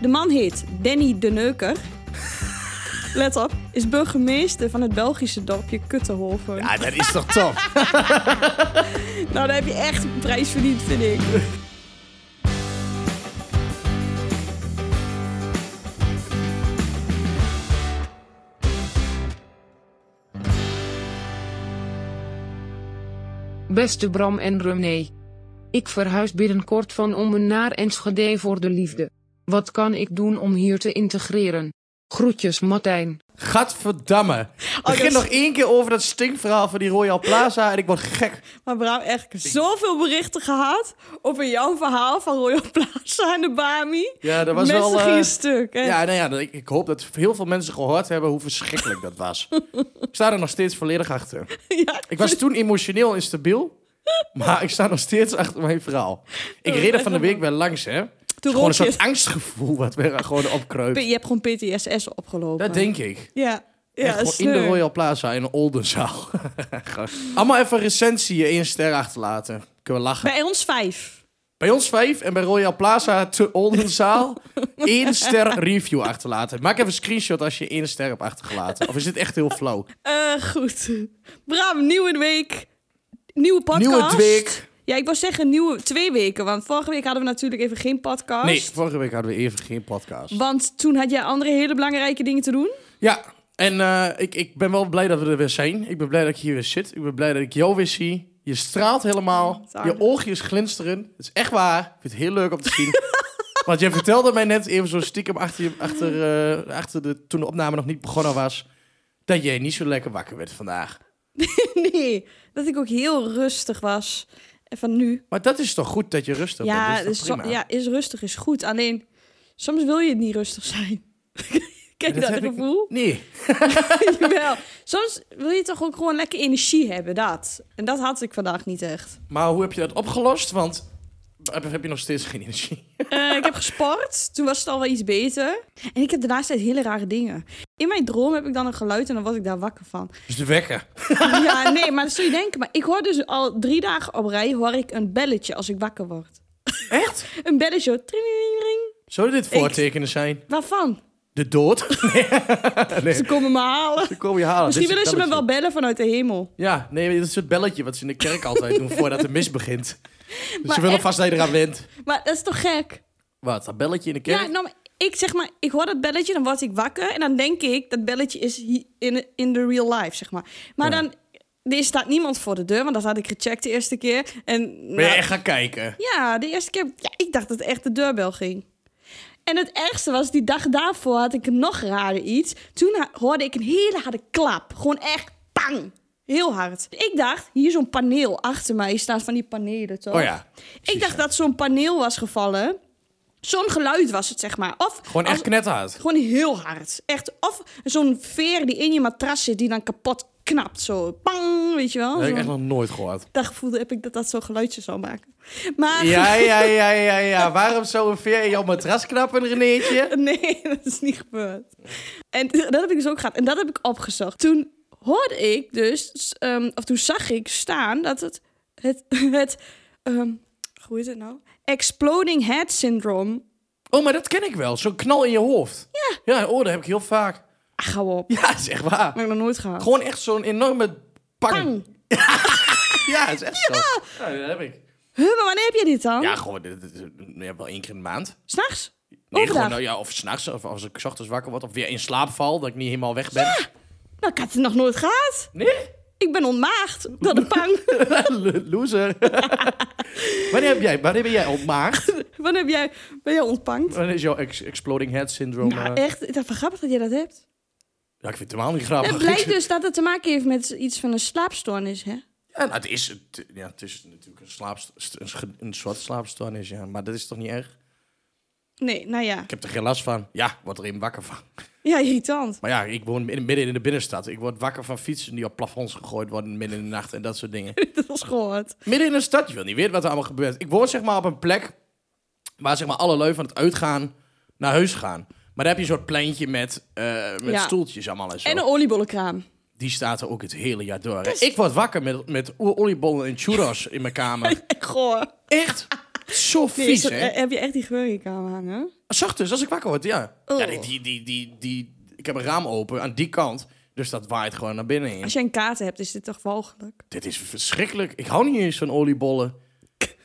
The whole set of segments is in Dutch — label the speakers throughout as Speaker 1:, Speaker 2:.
Speaker 1: De man heet Danny de Neuker. Let op, is burgemeester van het Belgische dorpje Kuttenhoven.
Speaker 2: Ja, dat is toch top?
Speaker 1: Nou, daar heb je echt een prijs verdiend, vind ik.
Speaker 3: Beste Bram en René. Ik verhuis binnenkort van Ommen naar Enschede voor de liefde. Wat kan ik doen om hier te integreren? Groetjes Martijn.
Speaker 2: Gadverdamme.
Speaker 1: Oh, dat
Speaker 2: Begin
Speaker 1: is-
Speaker 2: nog één keer over dat stinkverhaal van die Royal Plaza en ik word gek.
Speaker 1: Maar Bram, echt zoveel berichten gehad over jouw verhaal van Royal Plaza en de Bami.
Speaker 2: Ja, dat was
Speaker 1: Mensen
Speaker 2: wel, eh,
Speaker 1: gingen stuk. hè?
Speaker 2: Ja, nou ja, dat- ik, ik hoop dat heel veel mensen gehoord hebben hoe verschrikkelijk dat was. ik sta er nog steeds volledig achter.
Speaker 1: Ja.
Speaker 2: Ik was toen emotioneel instabiel, maar ik sta nog steeds achter mijn verhaal. Ik reed er van de week weer langs, hè. Het is gewoon
Speaker 1: Oh,
Speaker 2: een
Speaker 1: rook je.
Speaker 2: soort angstgevoel wat weer gewoon
Speaker 1: P-
Speaker 2: opkruipt.
Speaker 1: Je hebt gewoon PTSS opgelopen.
Speaker 2: Dat denk ik.
Speaker 1: Ja.
Speaker 2: Ja,
Speaker 1: Ja,
Speaker 2: gewoon
Speaker 1: sneu.
Speaker 2: in de Royal Plaza in Oldenzaal. Gewoon. Allemaal even recensie één ster achterlaten. Kunnen we lachen.
Speaker 1: Bij ons vijf.
Speaker 2: Bij ons vijf en bij Royal Plaza te Oldenzaal één ster review achterlaten. Maak even een screenshot als je één ster hebt achtergelaten. Of is dit echt heel flauw?
Speaker 1: Eh, goed. Bram, nieuwe week. Nieuwe podcast.
Speaker 2: Nieuwe week.
Speaker 1: Ja, ik wou zeggen nieuwe twee weken. Want vorige week hadden we natuurlijk even geen podcast.
Speaker 2: Nee, vorige week hadden we even geen podcast.
Speaker 1: Want toen had jij andere hele belangrijke dingen te doen.
Speaker 2: Ja, en eh, ik, ik ben wel blij dat we er weer zijn. Ik ben blij dat ik hier weer zit. Ik ben blij dat ik jou weer zie. Je straalt helemaal.
Speaker 1: is aardig.
Speaker 2: Je oogjes glinsteren. Het is echt waar. Ik vind het heel leuk om te zien. Want jij vertelde mij net even zo stiekem achter, je- achter, eh, achter de, toen de opname nog niet begonnen was... dat jij niet zo lekker wakker werd vandaag.
Speaker 1: nee, dat ik ook heel rustig was. En van nu
Speaker 2: Maar dat is toch goed dat je rustig
Speaker 1: Ja,
Speaker 2: bent? Dat is
Speaker 1: dus
Speaker 2: toch
Speaker 1: so-
Speaker 2: prima?
Speaker 1: ja, is rustig is goed. Alleen, soms wil je niet rustig zijn. Ken je dat,
Speaker 2: heb ik-
Speaker 1: gevoel?
Speaker 2: Nee.
Speaker 1: Jawel. Soms wil je toch ook gewoon lekker energie hebben, dat. En dat had ik vandaag niet echt.
Speaker 2: Maar hoe heb je dat opgelost? Want heb, heb je nog steeds geen energie?
Speaker 1: Eh, ik heb gesport, toen was het al wel iets beter. En ik heb de laatste tijd hele rare dingen. In mijn droom heb ik dan een geluid en dan word ik daar wakker van.
Speaker 2: Dus de wekker.
Speaker 1: ja, nee, maar dat zul je denken. Maar ik hoor dus al drie dagen op rij hoor ik een belletje als ik wakker word.
Speaker 2: Echt?
Speaker 1: Een belletje, hoor. Tringelingeling.
Speaker 2: Zou dit voortekenen zijn?
Speaker 1: Waarvan?
Speaker 2: De dood?
Speaker 1: Ze komen me halen.
Speaker 2: Dan kom je
Speaker 1: Misschien
Speaker 2: halen. Ah, Dit is
Speaker 1: willen ze me
Speaker 2: het
Speaker 1: wel
Speaker 2: belletje.
Speaker 1: bellen vanuit de hemel.
Speaker 2: Ja, nee, dat is het belletje wat ze in de kerk altijd doen voordat de mis begint. Dus
Speaker 1: Maar
Speaker 2: ze willen
Speaker 1: echt-
Speaker 2: vast dat je eraan wint.
Speaker 1: Maar dat is toch gek?
Speaker 2: Wat, dat belletje in de kerk?
Speaker 1: Ja, nou, maar ik zeg maar, ik hoor dat belletje, dan word ik wakker. En dan denk ik, dat belletje is hi- in, in the real life, zeg maar. Maar
Speaker 2: Ja.
Speaker 1: dan, er staat niemand voor de deur, want dat had ik gecheckt de eerste keer. En,
Speaker 2: Ben je
Speaker 1: nou,
Speaker 2: echt gaan kijken?
Speaker 1: Ja, de eerste keer, ja, ik dacht dat het echt de deurbel ging. En het ergste was, die dag daarvoor had ik nog raarder iets. Toen ha- hoorde ik een hele harde klap. Gewoon echt pang. Heel hard. Ik dacht, hier zo'n paneel achter mij staat van die panelen, toch?
Speaker 2: Oh ja.
Speaker 1: Ik dacht dat zo'n paneel was gevallen. Zo'n geluid was het, zeg maar. Of
Speaker 2: Gewoon echt
Speaker 1: als-
Speaker 2: knetterhard.
Speaker 1: gewoon heel hard. Echt. Of zo'n veer die in je matras zit, die dan kapot knapt. Zo pang, weet je wel.
Speaker 2: Dat heb ik
Speaker 1: Zo'n-
Speaker 2: echt nog nooit gehoord.
Speaker 1: Dat gevoel heb ik dat dat zo'n geluidje zou maken. Maar
Speaker 2: Ja, ja, ja, ja, ja. Waarom zou een veer in jouw matras knappen, Renéetje?
Speaker 1: nee, dat is niet gebeurd. En dat heb ik dus ook gehad. En dat heb ik opgezocht. Toen hoorde ik dus, ehm, of toen zag ik staan dat het, het, het ehm, hoe is het nou? Exploding Head Syndrome.
Speaker 2: Oh, maar dat ken ik wel. Zo'n knal in je hoofd. Ja. Ja, oh, dat heb ik heel vaak.
Speaker 1: Ah, ga op.
Speaker 2: Ja, dat is echt waar.
Speaker 1: Dat heb ik nog nooit gehad.
Speaker 2: Gewoon echt zo'n enorme pang.
Speaker 1: Pang.
Speaker 2: Ja, dat is echt zo. Ja, dat heb ik.
Speaker 1: Huh, maar wanneer heb je dit dan?
Speaker 2: Ja, gewoon dit- dit- dit- ja, wel één keer in de maand.
Speaker 1: S'nachts?
Speaker 2: Nee,
Speaker 1: Overdag?
Speaker 2: gewoon, nou ja, of s'nachts, of als ik 's ochtends wakker word, of weer in slaap val, dat ik niet helemaal weg ben.
Speaker 1: Nou, ik had het nog nooit gehad.
Speaker 2: Nee?
Speaker 1: Ik ben ontmaagd door de pang.
Speaker 2: Lo- Loser. wanneer, heb jij, wanneer ben jij ontmaagd?
Speaker 1: Wanneer heb jij, ben jij ontpankt?
Speaker 2: Wanneer is jouw ex- exploding head syndroom?
Speaker 1: Nou,
Speaker 2: eh,
Speaker 1: echt. Ik dacht, wat grappig dat jij dat hebt.
Speaker 2: ja, ik vind het helemaal niet
Speaker 1: Het
Speaker 2: grappig.
Speaker 1: blijkt dus dat het te maken heeft met iets van een slaapstoornis, hè?
Speaker 2: Ja, nou, het, is, het, ja, het is natuurlijk een, slaapst- een, sche- een soort slaapstoornis, ja. Maar dat is toch niet erg?
Speaker 1: Nee, nou ja.
Speaker 2: Ik heb er geen last van. Ja, word er een wakker van.
Speaker 1: Ja, irritant.
Speaker 2: Maar ja, ik woon midden midden in de binnenstad. Ik word wakker van fietsen die op plafonds gegooid worden midden in de nacht en dat soort dingen.
Speaker 1: dat was gehoord.
Speaker 2: Midden in de stad, je wil niet weten wat er allemaal gebeurt. Ik woon zeg maar op een plek waar zeg maar alle lui van het uitgaan naar huis gaan. Maar daar heb je een soort pleintje met, eh, met
Speaker 1: Ja.
Speaker 2: stoeltjes allemaal en zo.
Speaker 1: En een oliebollenkraam.
Speaker 2: Die staat er ook het hele jaar door. hè. Ik word wakker met, met oliebollen en churros in mijn kamer.
Speaker 1: Goor.
Speaker 2: Echt? Zo
Speaker 1: Nee,
Speaker 2: vies,
Speaker 1: is dat-
Speaker 2: hè?
Speaker 1: eh, heb je echt die geur in je kamer hangen?
Speaker 2: S ochtends, als ik wakker word, ja.
Speaker 1: Oh.
Speaker 2: ja die, die, die, die, die- ik heb een raam open aan die kant, dus dat waait gewoon naar binnen heen.
Speaker 1: Als je een kater hebt, is dit toch walgelijk?
Speaker 2: Dit is verschrikkelijk. Ik hou niet eens van oliebollen.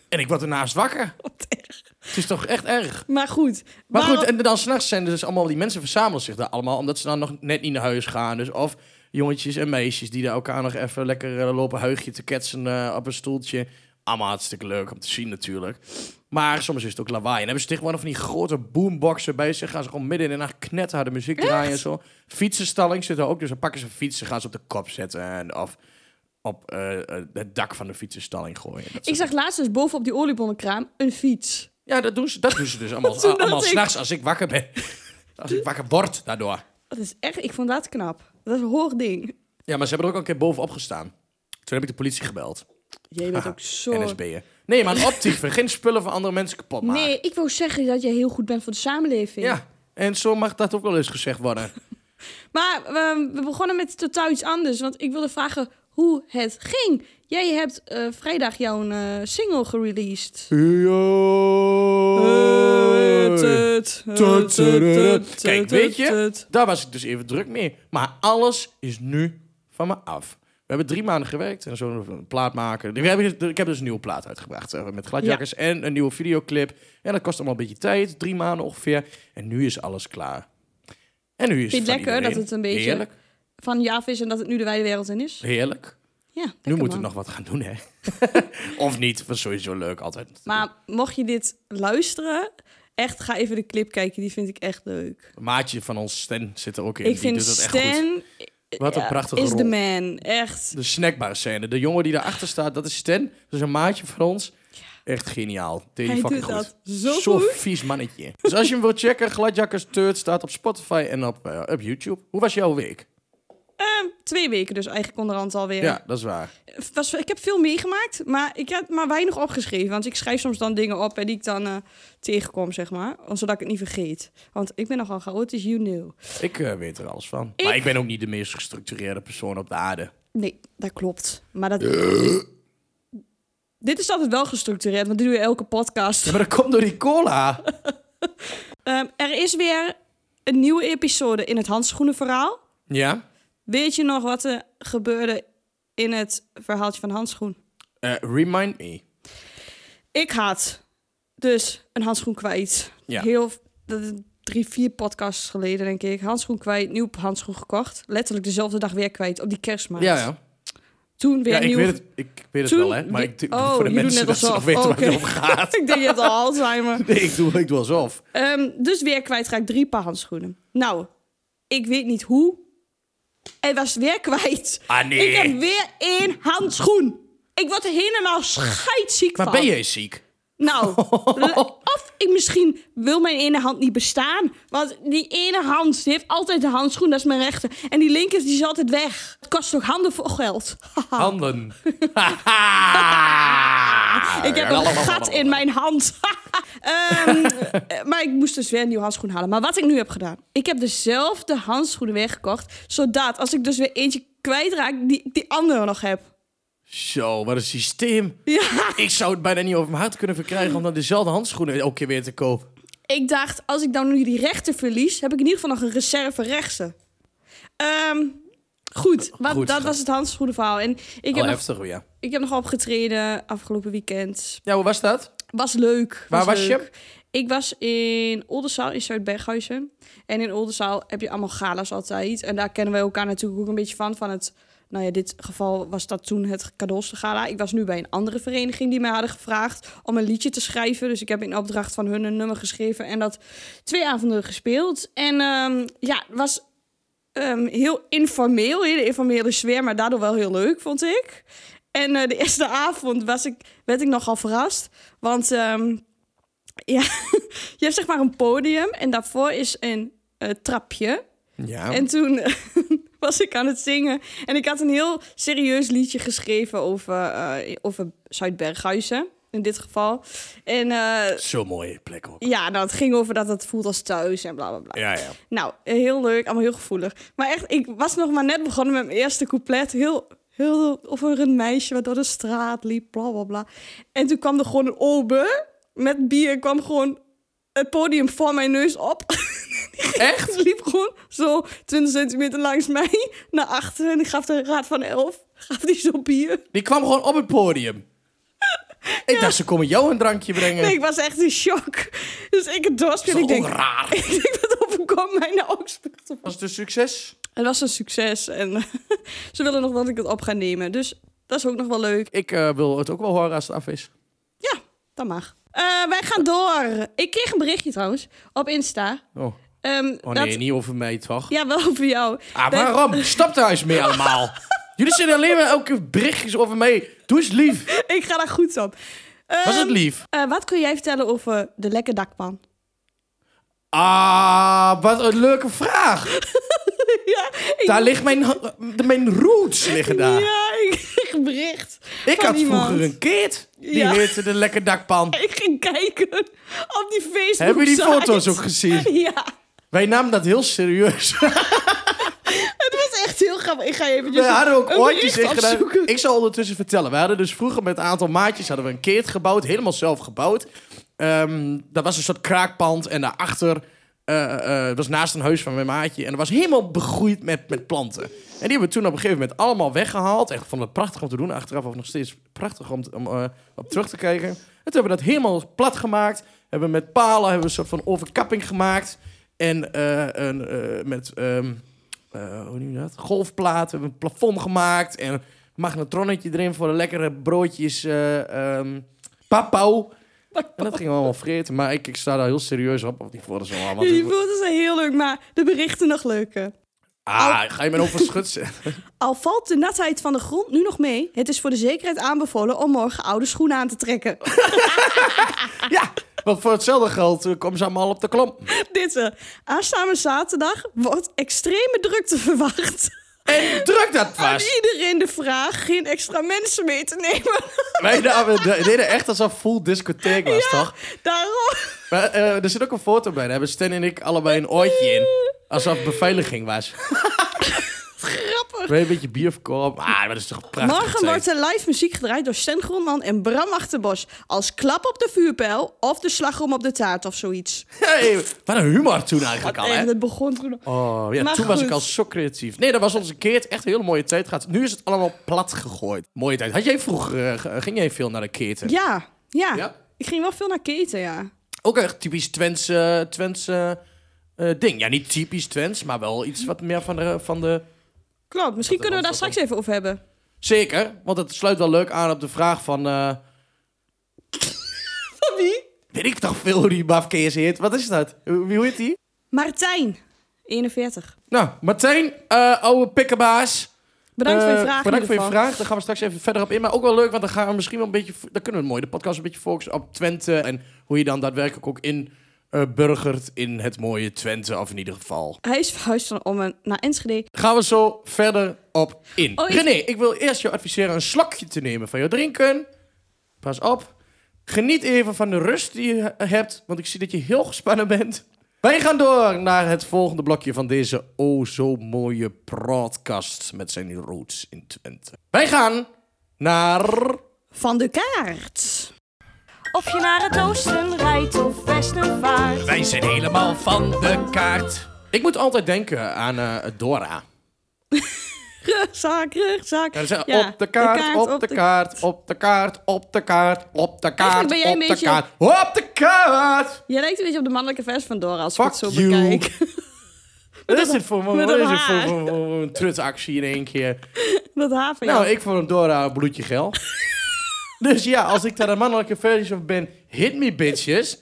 Speaker 2: En ik word ernaast wakker.
Speaker 1: Wat erg.
Speaker 2: Het is toch echt erg.
Speaker 1: Maar goed.
Speaker 2: Maar
Speaker 1: waarom-
Speaker 2: goed, en dan s'nachts zijn er dus allemaal die mensen verzamelen zich daar allemaal, omdat ze dan nog net niet naar huis gaan. Dus of jongetjes en meisjes die daar elkaar nog even lekker eh, lopen heugje te ketsen eh, op een stoeltje. Allemaal hartstikke leuk om te zien natuurlijk. Maar soms is het ook lawaai. En hebben ze tegenwoordig van die grote boomboxen bij zich. Gaan ze gewoon midden in de nacht knetterharde muziek draaien en zo. Fietsenstalling zit er ook. Dus dan pakken ze fietsen, gaan ze op de kop zetten. En of op eh, eh, het dak van de fietsenstalling gooien. Dat
Speaker 1: Ik
Speaker 2: soort-
Speaker 1: zag laatst dus bovenop die oliebonnenkraam een fiets.
Speaker 2: Ja, dat doen ze, dat doen ze dus allemaal.
Speaker 1: Toen dacht
Speaker 2: allemaal
Speaker 1: ik-
Speaker 2: s'nachts als ik wakker ben. Als ik wakker word daardoor.
Speaker 1: Dat is echt, ik vond dat knap. Dat is een hoog ding.
Speaker 2: Ja, maar ze hebben er ook een keer bovenop gestaan. Toen heb ik de politie gebeld.
Speaker 1: Jij bent ook zo...
Speaker 2: NSB'er. Nee, maar een optieven. Geen spullen van andere mensen kapot maken.
Speaker 1: Nee, ik wou zeggen dat jij heel goed bent voor de samenleving.
Speaker 2: Ja, en zo mag dat ook wel eens gezegd worden.
Speaker 1: Maar ehm, we begonnen met totaal iets anders. Want ik wilde vragen hoe het ging. Jij hebt eh, vrijdag jouw eh, single gereleased.
Speaker 2: eh, Kijk, weet je, daar was ik dus even druk mee. Maar alles is nu van me af. We hebben drie maanden gewerkt en zo een plaat maken. We hebben- Ik heb dus een nieuwe plaat uitgebracht eh, met gladjakkers en een nieuwe videoclip. En dat kost allemaal een beetje tijd, drie maanden ongeveer. En nu is alles klaar. En nu is
Speaker 1: Vind je
Speaker 2: van
Speaker 1: lekker dat
Speaker 2: iedereen.
Speaker 1: het een beetje-
Speaker 2: Heerlijk,
Speaker 1: Van je af is en dat het nu de wijde wereld in is.
Speaker 2: heerlijk.
Speaker 1: Ja, lekker
Speaker 2: nu moeten
Speaker 1: man.
Speaker 2: we nog wat gaan doen, hè? of niet, was sowieso leuk altijd.
Speaker 1: Maar mocht je dit luisteren, echt ga even de clip kijken. Die vind ik echt leuk.
Speaker 2: Een maatje van ons, Stan, zit er ook in.
Speaker 1: ik
Speaker 2: Die
Speaker 1: vind
Speaker 2: doet het echt goed.
Speaker 1: Stan
Speaker 2: Wat een
Speaker 1: ja,
Speaker 2: prachtige
Speaker 1: is
Speaker 2: rol.
Speaker 1: de man. Echt.
Speaker 2: De snackbar scène. De jongen die daarachter staat, dat is Stan. Dat is een maatje van ons. Echt geniaal. Deed
Speaker 1: Hij
Speaker 2: fucking
Speaker 1: doet
Speaker 2: goed.
Speaker 1: dat zo goed.
Speaker 2: vies mannetje. dus als je hem wilt checken, Gladjakkers Teurt staat op Spotify en op, eh, op YouTube. Hoe was jouw week?
Speaker 1: Twee weken dus eigenlijk onderhand alweer.
Speaker 2: Ja, dat is waar.
Speaker 1: Was, ik heb veel meegemaakt, maar ik heb maar weinig opgeschreven. Want ik schrijf soms dan dingen op en die ik dan eh, tegenkom, zeg maar. Zodat ik het niet vergeet. Want ik ben nogal chaotisch, you know.
Speaker 2: Ik eh, weet er alles van. Maar ik ben ook niet de meest gestructureerde persoon op de aarde.
Speaker 1: Nee, dat klopt. Maar dat... Dit is altijd wel gestructureerd, want dit doe je elke podcast.
Speaker 2: Ja, maar dat komt door die cola.
Speaker 1: Ehm, er is weer een nieuwe episode in het handschoenenverhaal.
Speaker 2: ja.
Speaker 1: Weet je nog wat er gebeurde in het verhaaltje van handschoen?
Speaker 2: Eh, remind me.
Speaker 1: Ik had dus een handschoen kwijt.
Speaker 2: Ja.
Speaker 1: Heel, dat is drie, vier podcasts geleden, denk ik. Handschoen kwijt, nieuw handschoen gekocht. Letterlijk dezelfde dag weer kwijt, op die kerstmarkt.
Speaker 2: Ja, ja.
Speaker 1: Toen weer
Speaker 2: ja ik,
Speaker 1: nieuw.
Speaker 2: weet het, ik weet het
Speaker 1: Toen
Speaker 2: wel, hè. Maar
Speaker 1: weer-
Speaker 2: ik doe-
Speaker 1: Oh,
Speaker 2: voor de
Speaker 1: je doet
Speaker 2: mensen
Speaker 1: net
Speaker 2: dat ze nog
Speaker 1: alsof. Oh,
Speaker 2: weten waar het
Speaker 1: Oké.
Speaker 2: over gaat.
Speaker 1: ik denk je hebt al Alzheimer.
Speaker 2: Nee, ik doe, ik doe alsof.
Speaker 1: Ehm, dus weer kwijtraakt drie paar handschoenen. Nou, ik weet niet hoe. Hij was weer kwijt.
Speaker 2: Ah, nee.
Speaker 1: Ik heb weer één handschoen. Ik word er helemaal scheidziek
Speaker 2: Maar
Speaker 1: van.
Speaker 2: ben jij ziek?
Speaker 1: Nou, la- of ik misschien wil mijn ene hand niet bestaan. Want die ene hand die heeft altijd de handschoen, dat is mijn rechter. En die linker die is altijd weg. Het kost toch handen voor geld?
Speaker 2: Ah.
Speaker 1: Haha.
Speaker 2: Handen. Ah,
Speaker 1: Ik heb een gat in mijn hand. Ehm, eh, maar ik moest dus weer een nieuw handschoen halen. Maar wat ik nu heb gedaan. Ik heb dezelfde handschoenen weer gekocht. Zodat als ik dus weer eentje kwijtraak, die, die andere nog heb.
Speaker 2: Zo, wat een systeem.
Speaker 1: Ja.
Speaker 2: Ik zou het bijna niet over mijn hart kunnen verkrijgen om dan dezelfde handschoenen elke keer weer te kopen.
Speaker 1: Ik dacht, als ik dan nu die rechter verlies, heb ik in ieder geval nog een reserve rechtse. Ehm, goed, wat,
Speaker 2: Goed,
Speaker 1: dat
Speaker 2: goed.
Speaker 1: was het handschoenenverhaal. En ik
Speaker 2: Al
Speaker 1: heb, nog,
Speaker 2: Oh, heftig, hoor, ja.
Speaker 1: ik heb nog opgetreden afgelopen weekend.
Speaker 2: Ja, hoe was dat?
Speaker 1: Was leuk.
Speaker 2: Waar was je?
Speaker 1: leuk. Ik was in Oldenzaal, in Zuid-Berghuizen. En in Oldenzaal heb je allemaal galas altijd. En daar kennen we elkaar natuurlijk ook een beetje van. Van het, nou ja, dit geval was dat toen het cadeauste gala. Ik was nu bij een andere vereniging die mij hadden gevraagd om een liedje te schrijven. Dus ik heb in opdracht van hun een nummer geschreven en dat twee avonden gespeeld. En ehm, ja, het was ehm, heel informeel, hele informele sfeer, maar daardoor wel heel leuk, vond ik. En eh, de eerste avond was ik, werd ik nogal verrast, want ehm, ja, je hebt zeg maar een podium en daarvoor is een eh, trapje.
Speaker 2: Ja.
Speaker 1: En toen was ik aan het zingen en ik had een heel serieus liedje geschreven over, eh, over Zuid-Berghuizen, in dit geval. En eh,
Speaker 2: Zo'n mooie plek ook.
Speaker 1: ja, nou, het ging over dat het voelt als thuis en bla bla bla.
Speaker 2: Ja, ja.
Speaker 1: Nou, heel leuk, allemaal heel gevoelig. Maar echt, ik was nog maar net begonnen met mijn eerste couplet. Heel, heel over een meisje wat door de straat liep, bla bla bla. En toen kwam er gewoon een ober met bier kwam gewoon het podium voor mijn neus op.
Speaker 2: Echt?
Speaker 1: Het liep gewoon zo 20 centimeter langs mij naar achteren. En ik gaf de raad van elf, gaf die zo bier.
Speaker 2: Die kwam gewoon op het podium. Ik dacht, ze komen jou een drankje brengen.
Speaker 1: Nee, ik was echt in shock. Dus ik het dorst en
Speaker 2: dat
Speaker 1: ik
Speaker 2: is
Speaker 1: denk...
Speaker 2: ook raar.
Speaker 1: Ik denk, wat overkomt mij nou ook spuugt op
Speaker 2: Was het een succes?
Speaker 1: Het was een succes en ze willen nog dat ik het op ga nemen. Dus dat is ook nog wel leuk.
Speaker 2: Ik eh, wil het ook wel horen als het af is.
Speaker 1: Ja, dat mag. Eh, wij gaan door. Ik kreeg een berichtje trouwens op Insta.
Speaker 2: Oh,
Speaker 1: Ehm,
Speaker 2: oh
Speaker 1: dat-
Speaker 2: nee, niet over mij toch?
Speaker 1: Ja, wel voor jou.
Speaker 2: Ah,
Speaker 1: Wij-
Speaker 2: waarom? Stop daar eens mee allemaal. Jullie zitten alleen maar elke berichtjes over mij. Doe eens lief.
Speaker 1: Ik ga daar goed op.
Speaker 2: Was het
Speaker 1: Ehm,
Speaker 2: lief?
Speaker 1: eh, wat kun jij vertellen over de lekke dakpan?
Speaker 2: Ah, wat een leuke vraag.
Speaker 1: ja, ik,
Speaker 2: Daar ligt mijn, mijn roots liggen daar.
Speaker 1: ja, ik kreeg bericht.
Speaker 2: Ik
Speaker 1: van
Speaker 2: had
Speaker 1: iemand.
Speaker 2: vroeger een kid. Die
Speaker 1: Ja.
Speaker 2: heette de Lekker Dakpan.
Speaker 1: Ik ging kijken op die Facebook.
Speaker 2: Hebben jullie die foto's ook gezien?
Speaker 1: Ja,
Speaker 2: Wij namen dat heel serieus.
Speaker 1: het was echt heel grappig. Ik ga even
Speaker 2: We hadden ook oortjes in gedaan.
Speaker 1: opzoeken.
Speaker 2: Ik zal ondertussen vertellen. We hadden dus vroeger met een aantal maatjes hadden we een keert gebouwd. Helemaal zelf gebouwd. Ehm, dat was een soort kraakpand. En daarachter... eh, eh, het was naast een huis van mijn maatje. En dat was helemaal begroeid met, met planten. En die hebben we toen op een gegeven moment allemaal weggehaald. Echt, ik vond het prachtig om te doen. Achteraf ook nog steeds prachtig om, te- om eh, op terug te kijken. En toen hebben we dat helemaal plat gemaakt. Hebben we met palen hebben we een soort van overkapping gemaakt. En eh, een, eh, met... ehm, eh, hoe noem je dat? Golfplaat. We hebben een plafond gemaakt. En een magnetronnetje erin voor de lekkere broodjes. eh ehm papau. En dat gingen we allemaal vreten. Maar ik, ik sta daar heel serieus op. Of die voor zo allemaal.
Speaker 1: Die foto's zijn heel leuk, maar de berichten nog leuker.
Speaker 2: Ah, ga je me over schutsen?
Speaker 1: Al valt de natheid van de grond nu nog mee, het is voor de zekerheid aanbevolen om morgen oude schoenen aan te trekken.
Speaker 2: ja, want voor hetzelfde geld eh, komen ze allemaal op de klomp.
Speaker 1: Dit eh, aanstaande zaterdag wordt extreme drukte verwacht.
Speaker 2: En druk dat
Speaker 1: Aan
Speaker 2: vast.
Speaker 1: iedereen de vraag geen extra mensen mee te nemen.
Speaker 2: Wij namen- de- deden echt alsof full discotheek was, toch?
Speaker 1: Daarom.
Speaker 2: Maar, eh, er zit ook een foto bij. Daar hebben Stan en ik allebei een oortje in. Alsof beveiliging was.
Speaker 1: Grappig.
Speaker 2: Weet een beetje bier verkopen. Ah, dat is toch prachtig.
Speaker 1: Morgen wordt er live muziek gedraaid door Stan Groenman en Bram Achterbos. Als klap op de vuurpijl of de slagroom op de taart of zoiets.
Speaker 2: Hey, wat een humor toen eigenlijk al,
Speaker 1: En
Speaker 2: hè?
Speaker 1: het begon toen...
Speaker 2: Oh, ja,
Speaker 1: Maar
Speaker 2: toen was
Speaker 1: goed.
Speaker 2: ik al zo creatief. Nee, dat was onze keert. Echt een hele mooie tijd gehad. Nu is het allemaal plat gegooid. Mooie tijd. Had jij vroeger, eh, ge- ging jij veel naar de keerten?
Speaker 1: Ja, ja,
Speaker 2: Ja?
Speaker 1: Ik ging wel veel naar keten, ja.
Speaker 2: Ook echt typisch Twentse, Twentse eh, ding. Ja, niet typisch Twents, maar wel iets wat meer van de, van de...
Speaker 1: Klopt, misschien kunnen we daar straks even over hebben.
Speaker 2: Zeker, want het sluit wel leuk aan op de vraag van... eh,
Speaker 1: Van wie?
Speaker 2: weet ik toch veel hoe die mafkees heet? Wat is dat? Hoe, wie hoe heet die?
Speaker 1: Martijn, 41.
Speaker 2: Nou, Martijn, eh oude pikkenbaas.
Speaker 1: Bedankt voor je
Speaker 2: Eh,
Speaker 1: vraag. in
Speaker 2: Bedankt
Speaker 1: ieder
Speaker 2: voor je
Speaker 1: geval.
Speaker 2: vraag. Daar gaan we straks even verder op in. Maar ook wel leuk, want dan gaan we misschien wel een beetje. Dan kunnen we mooi de podcast een beetje focussen op Twente. En hoe je dan daadwerkelijk ook in eh, burgert in het mooie Twente, of in ieder geval.
Speaker 1: Hij is verhuisd van Ommen naar Enschede.
Speaker 2: Gaan we zo verder op in.
Speaker 1: Oh, ik-
Speaker 2: René, ik wil eerst jou adviseren een slokje te nemen van jouw drinken. Pas op. Geniet even van de rust die je he- hebt, want ik zie dat je heel gespannen bent. Wij gaan door naar het volgende blokje van deze oh zo mooie broadcast met zijn roots in Twente. Wij gaan naar...
Speaker 1: Van de kaart.
Speaker 4: Of je naar het oosten rijdt of westen vaart.
Speaker 2: Wij zijn helemaal van de kaart. Ik moet altijd denken aan eh, Dora.
Speaker 1: Rugzak, rugzak.
Speaker 2: Ja, ze zeggen,
Speaker 1: Ja,
Speaker 2: op de kaart, op, de, kaart, op de kaart, op de kaart, op de kaart,
Speaker 1: ben jij
Speaker 2: op
Speaker 1: een
Speaker 2: de
Speaker 1: beetje-
Speaker 2: kaart, op de kaart.
Speaker 1: Jij lijkt een beetje op de mannelijke vers van Dora, als ik
Speaker 2: Fuck
Speaker 1: het zo
Speaker 2: you.
Speaker 1: bekijk.
Speaker 2: Wat is dit voor,
Speaker 1: met
Speaker 2: wat
Speaker 1: een
Speaker 2: is dit voor,
Speaker 1: haar.
Speaker 2: voor, voor een trutactie in één keer?
Speaker 1: Dat haar van jou.
Speaker 2: Nou, ik vond hem Dora een bloedje gel. dus ja, als ik daar een mannelijke versie van ben, hit me bitches.